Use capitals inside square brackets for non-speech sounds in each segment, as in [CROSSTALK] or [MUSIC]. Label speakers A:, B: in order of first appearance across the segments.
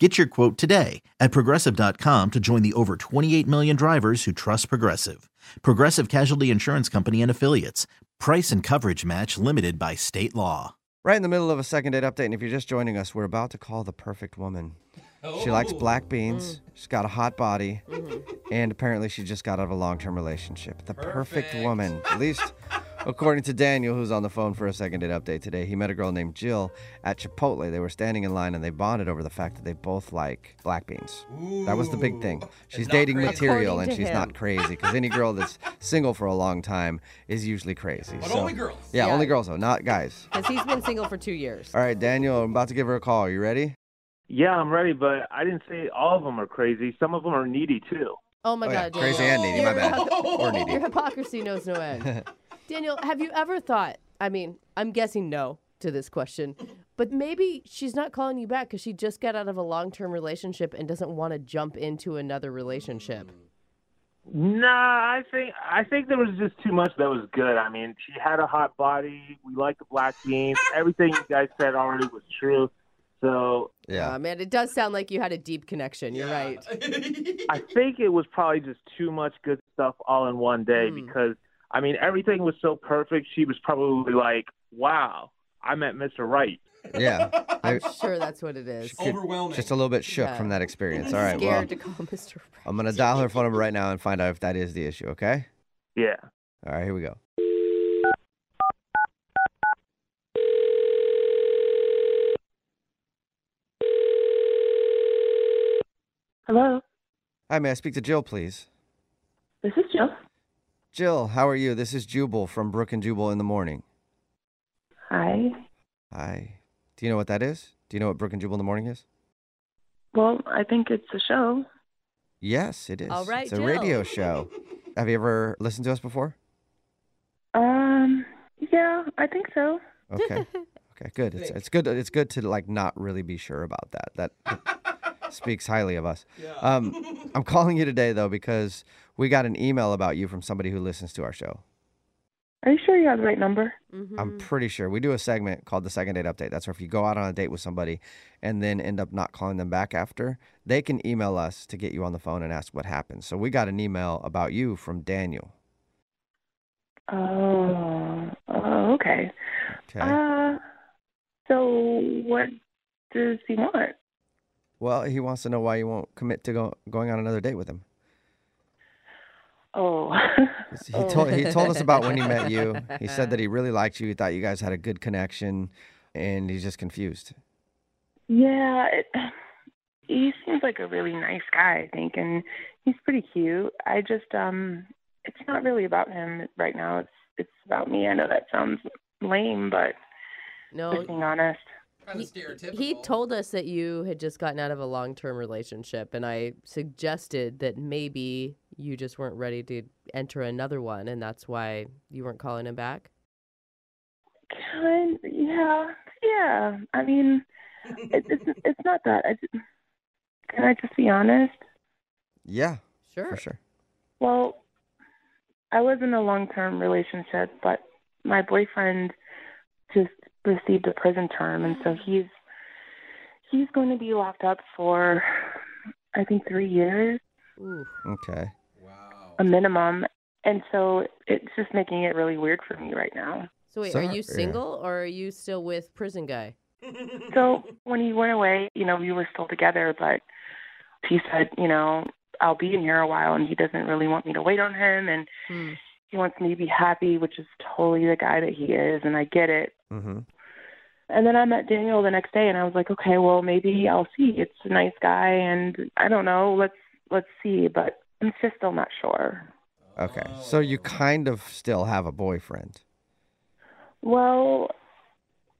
A: Get your quote today at progressive.com to join the over 28 million drivers who trust Progressive. Progressive Casualty Insurance Company and Affiliates. Price and coverage match limited by state law.
B: Right in the middle of a second date update, and if you're just joining us, we're about to call the perfect woman. She likes black
C: Mm.
B: beans, she's got a hot body,
C: Mm-hmm.
B: and apparently she just got out of a long term relationship. The perfect, woman, at least according to Daniel, who's on the phone for a second date update today. He met a girl named Jill at Chipotle. They were standing in line and they bonded over the fact that they both like black beans. That was the big thing. She's dating material
C: According
B: and
C: to
B: she's
C: him.
B: not crazy because any girl
C: [LAUGHS]
B: that's single for a long time is usually crazy. But
D: only girls.
B: Yeah,
C: Yeah.
B: only girls though, not guys.
C: Because he's been single for two years.
B: All right, Daniel, I'm about to give her a call. Are you ready?
E: Yeah, I'm ready, but I didn't say all of them are crazy. Some of them are needy too.
C: Oh my
B: Oh, yeah.
C: God,
B: Crazy and
C: Daniel.
B: needy, my
C: Your
B: bad.
C: [LAUGHS] hypocr-
B: Or needy.
C: Your hypocrisy knows
B: [LAUGHS]
C: no end. Daniel, have you ever thought? I mean, I'm guessing no to this question, but maybe she's not calling you back because she just got out of a long-term relationship and doesn't want to jump into another relationship.
E: Nah, I think I think there was just too much that was good. I mean, she had a hot body. We liked the black [LAUGHS] beans. Everything you guys said already was true. So
B: Yeah.
C: Uh, man, it does sound like you had a deep connection.
D: [LAUGHS]
C: You're right.
E: I think it was probably just too much good stuff all in one day because I mean everything was so perfect. She was probably like, "Wow, I met Mr. Right."
B: [LAUGHS] Yeah.
C: [LAUGHS] I'm
B: I-
C: sure that's what it is.
B: Good.
D: Overwhelming.
B: Just a little bit shook
C: Yeah.
B: from that experience.
C: I'm
B: All right, well,
C: scared to call Mr. Right. [LAUGHS]
B: I'm going to dial her phone number right now and find out if that is the issue, okay?
E: Yeah.
B: All right, here we go.
F: Hello,
B: Hi, may I speak to Jill, please?
F: this is Jill.
B: Jill, how are you? This is Jubal from Brook and Jubal in the Morning.
F: Hi.
B: Hi. Do you know what that is? Do you know what Brook and Jubal in the Morning is?
F: Well, I think it's a show.
B: Yes, it is.
C: All right,
B: it's a
C: Jill.
B: radio show. Have you ever listened to us before?
F: Um, yeah, I think so.
C: [LAUGHS]
B: Okay. Okay, good. It's, it's good. It's good to like not really be sure about that. That that speaks highly of us. Um, I'm calling you today though because we got an email about you from somebody who listens to our show.
F: Are you sure you have the right number?
C: Mm-hmm.
F: Mm-hmm.
B: I'm pretty sure we do a segment called the second date update. That's where if you go out on a date with somebody and then end up not calling them back after, they can email us to get you on the phone and ask what happened. So we got an email about you from Daniel.
F: Oh, oh okay.
B: Okay.
F: Uh, so what does he want?
B: well, he wants to know why you won't commit to go, going on another date with him.
F: Oh, [LAUGHS]
B: He told he told us about when he met you. He said that he really liked you. He thought you guys had a good connection, and he's just confused.
F: yeah. It, he seems like a really nice guy, I think, and he's pretty cute. I just um, it's not really about him right now. It's it's about me. I know that sounds lame, but
C: No,
F: just being honest.
D: kind of
C: He-
D: stereotypical.
C: He told us that you had just gotten out of a long term relationship, and I suggested that maybe you just weren't ready to enter another one, and that's why you weren't calling him back.
F: Kind, yeah, yeah. I mean, it, it's it's not that. I ju- can I just be honest?
B: Yeah,
C: Sure.
B: for sure.
F: Well, I was in a long-term relationship, but my boyfriend just received a prison term, and so he's he's going to be locked up for I think three years,
C: Ooh.
B: Okay.
D: Wow.
F: a minimum. And so it's just making it really weird for me right now.
C: So, wait, are
B: Sorry.
C: you single or are you still with prison guy?
F: So when he went away, you know, we were still together, but he said, you know, I'll be in here a while, and he doesn't really want me to wait on him, and
C: Hmm.
F: he wants me to be happy, which is totally the guy that he is, and I get it.
B: Mm-hmm.
F: And then I met Daniel the next day, and I was like, okay, well, maybe I'll see. It's a nice guy, and I don't know, let's let's see, but I'm just still not sure.
B: Okay.
D: Oh.
B: So you kind of still have a boyfriend.
F: Well,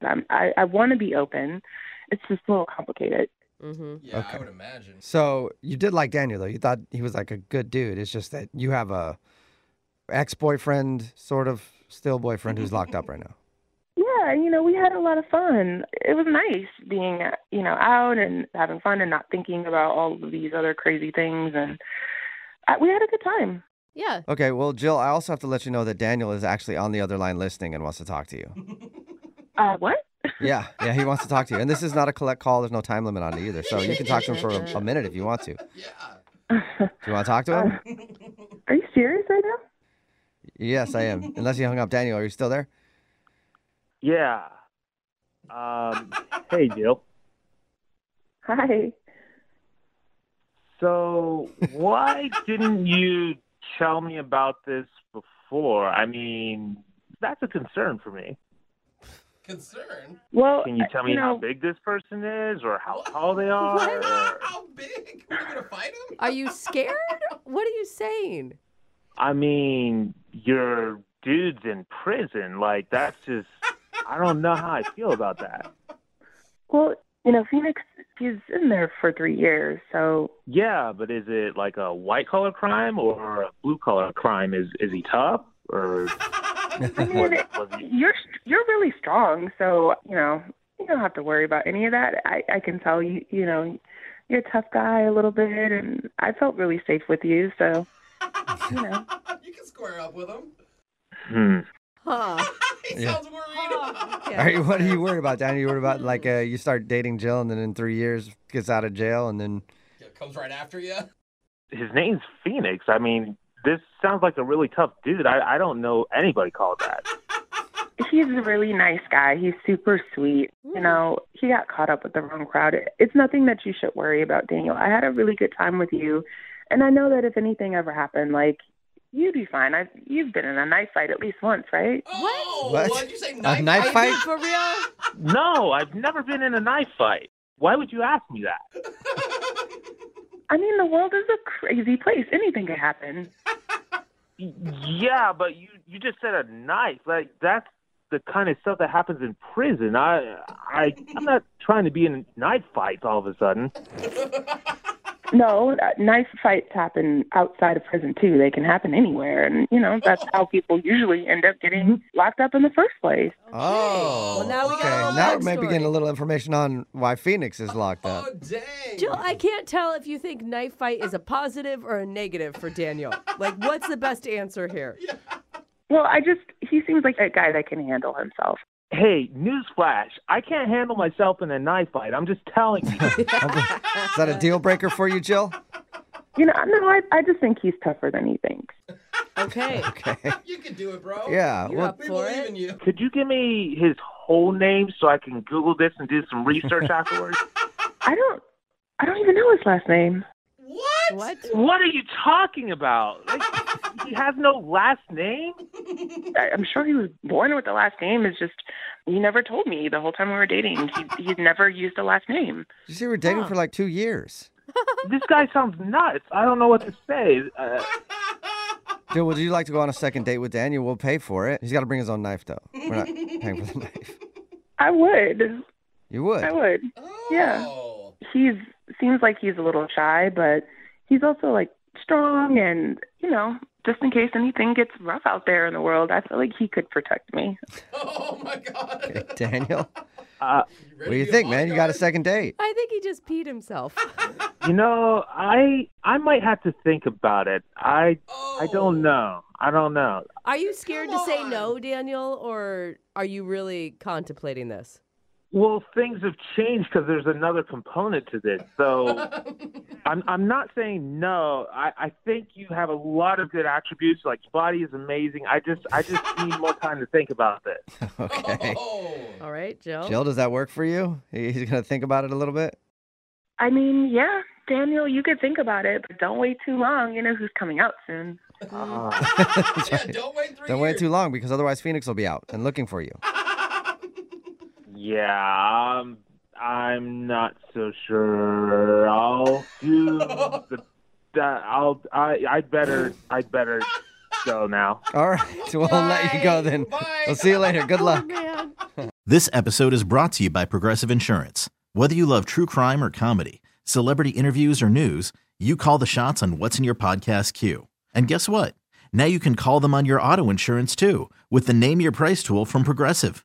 F: I'm, I I want to be open. It's just a little complicated.
C: Mm-hmm.
D: Yeah,
B: Okay.
D: I would imagine. [LAUGHS]
B: So you did like Daniel though. You thought he was like a good dude. It's just that you have a ex boyfriend, sort of still boyfriend who's locked up right now.
F: Yeah, you know, we had a lot of fun. It was nice being, you know, out and having fun and not thinking about all of these other crazy things. And I, we had a good time.
C: Yeah.
B: Okay, well, Jill, I also have to let you know that Daniel is actually on the other line listening and wants to talk to you.
F: Uh, what? [LAUGHS]
B: Yeah, yeah, he wants to talk to you. And this is not a collect call. There's no time limit on it either. So you can talk to him for a, a minute if you want to. Do you want to talk to him?
F: Are you serious right now?
B: Yes, I am. Unless you hung up. Daniel, are you still there?
E: Yeah. [LAUGHS] Um, hey, Jill.
F: Hi.
E: So why didn't you tell me about this before? I mean, that's a concern for me.
D: [LAUGHS] Concern?
F: Well,
E: Can you tell me how
F: know,
E: big this person is, or how tall
F: [LAUGHS]
E: they
B: Uh,
E: are? or-
D: [LAUGHS] How big? Are you gonna fight [LAUGHS] him?
C: Are you [LAUGHS] scared? what are you saying?
E: I mean, your dude's in prison. Like that's just. I don't know how I feel about that.
F: Well, you know, Phoenix, he's in there for three years, so
E: Yeah, but is it like a white collar crime or a blue collar crime? Is is he tough or
F: I mean,
E: was he?
F: you're you're really strong, so you know you don't have to worry about any of that. I I can tell you, you know, you're a tough guy a little bit, and I felt really safe with you, so you know.
D: you can square up with him.
E: Hmm.
C: Huh.
D: [LAUGHS] He
B: Yeah.
D: sounds [LAUGHS] worried.
C: Uh, Oh, Okay.
B: Are you, what are you worried about, Daniel? You worried about like uh, you start dating Jill and then in three years gets out of jail and then
D: Yeah, comes right after you.
C: [LAUGHS]
E: His name's Phoenix. I mean, this sounds like a really tough dude. I I don't know anybody called [LAUGHS] that.
F: He's a really nice guy. He's super sweet. You know, he got caught up with the wrong crowd. It- It's nothing that you should worry about, Daniel. I had a really good time with you, and I know that if anything ever happened, like you'd be fine. I've you've been in a knife fight at least once, right?
D: Oh,
B: What?
D: what? did you say?
B: a
D: Knife?
B: knife
D: fight?
B: fight?
D: [LAUGHS]
C: For real?
E: No, I've never been in a knife fight. Why would you ask me that?
B: Uh.
F: I mean, the world is a crazy place. Anything could happen.
E: Yeah, but you you just said a knife. Like that's the kind of stuff that happens in prison. I I I'm not trying to be in knife fights all of a sudden.
F: No, that- knife fights happen outside of prison too. They can happen anywhere, and you know that's how people usually end up getting locked up in the first place.
B: Oh,
C: Well, now we got
B: okay.
C: a little
B: now we're maybe
C: backstory.
B: getting a little information on why Phoenix is locked up.
D: Oh, dang.
C: Jill, I can't tell if you think knife fight is a positive or a negative for Daniel. Like, what's the best answer [LAUGHS] here?
F: Well, I just he seems like a guy that can handle himself.
E: Hey, newsflash! I can't handle myself in a knife fight. I'm just telling [LAUGHS] you.
C: Oh,
B: Is that a deal breaker for you,
C: [LAUGHS]
B: Jill?
F: You know, no, I I just think he's tougher than he thinks.
C: Okay.
D: You can do it, bro.
B: Yeah.
C: You're
B: well,
C: up
D: We
C: for
D: believe
C: it.
D: in you.
E: Could you give me his whole name so I can Google this and do some [LAUGHS] research afterwards?
F: I don't I don't even know his last name.
D: What?
C: What?
E: what are you talking about? Like, he has no last name.
F: I, I'm sure he was born with the last name. It's just he never told me the whole time we were dating. He he's never used a last name.
B: you see, we were dating
C: Huh.
B: for like two years.
E: This guy sounds nuts. I don't know what to say. Uh,
B: Jill, would you like to go on a second date with Daniel? We'll pay for it. He's got to bring his own knife, though. We're not paying for
C: [LAUGHS]
B: the knife.
F: I would.
B: You would.
F: I would.
D: Oh.
F: Yeah. he's seems like he's a little shy, but he's also like strong and you know, just in case anything gets rough out there in the world, I feel like he could protect me.
D: Oh my god. [LAUGHS]
B: Okay, Daniel,
E: uh,
D: You
B: what
D: ready
B: do you
D: to be a
B: think, man? You got a
D: bodyguard?
B: second date. [LAUGHS]
C: I think he just peed himself.
E: You know, I I might have to think about it. I
D: Oh.
E: I don't
D: [LAUGHS]
E: know. I don't know.
C: Are you scared to
D: Come
C: say
D: on.
C: no, Daniel, or are you really contemplating this?
E: Well, things have changed because there's another component to this. So I'm I'm not saying no. I I think you have a lot of good attributes. Like your body is amazing. I just I just need more time to think about this.
B: Okay. [LAUGHS]
D: Oh.
C: All right, Jill.
B: Jill, does that work for you? He- He's going to think about it a little bit.
F: I mean, yeah, Daniel, you could think about it, but don't wait too long. You know who's coming out soon.
D: [LAUGHS]
E: Uh,
D: Yeah, don't wait three
B: Don't wait
D: years.
B: too long because otherwise Phoenix will be out and looking for you.
E: Yeah. Um, I'm not so sure. I'll do the. that- I'll I I better I better go now.
B: All right.
C: [LAUGHS]
B: [LAUGHS] We'll let you go then.
D: Bye.
B: We'll see you later. Good luck.
C: Man.
A: This episode is brought to you by Progressive Insurance. Whether you love true crime or comedy, celebrity interviews or news, you call the shots on what's in your podcast queue. And guess what? Now you can call them on your auto insurance too with the Name Your Price tool from Progressive.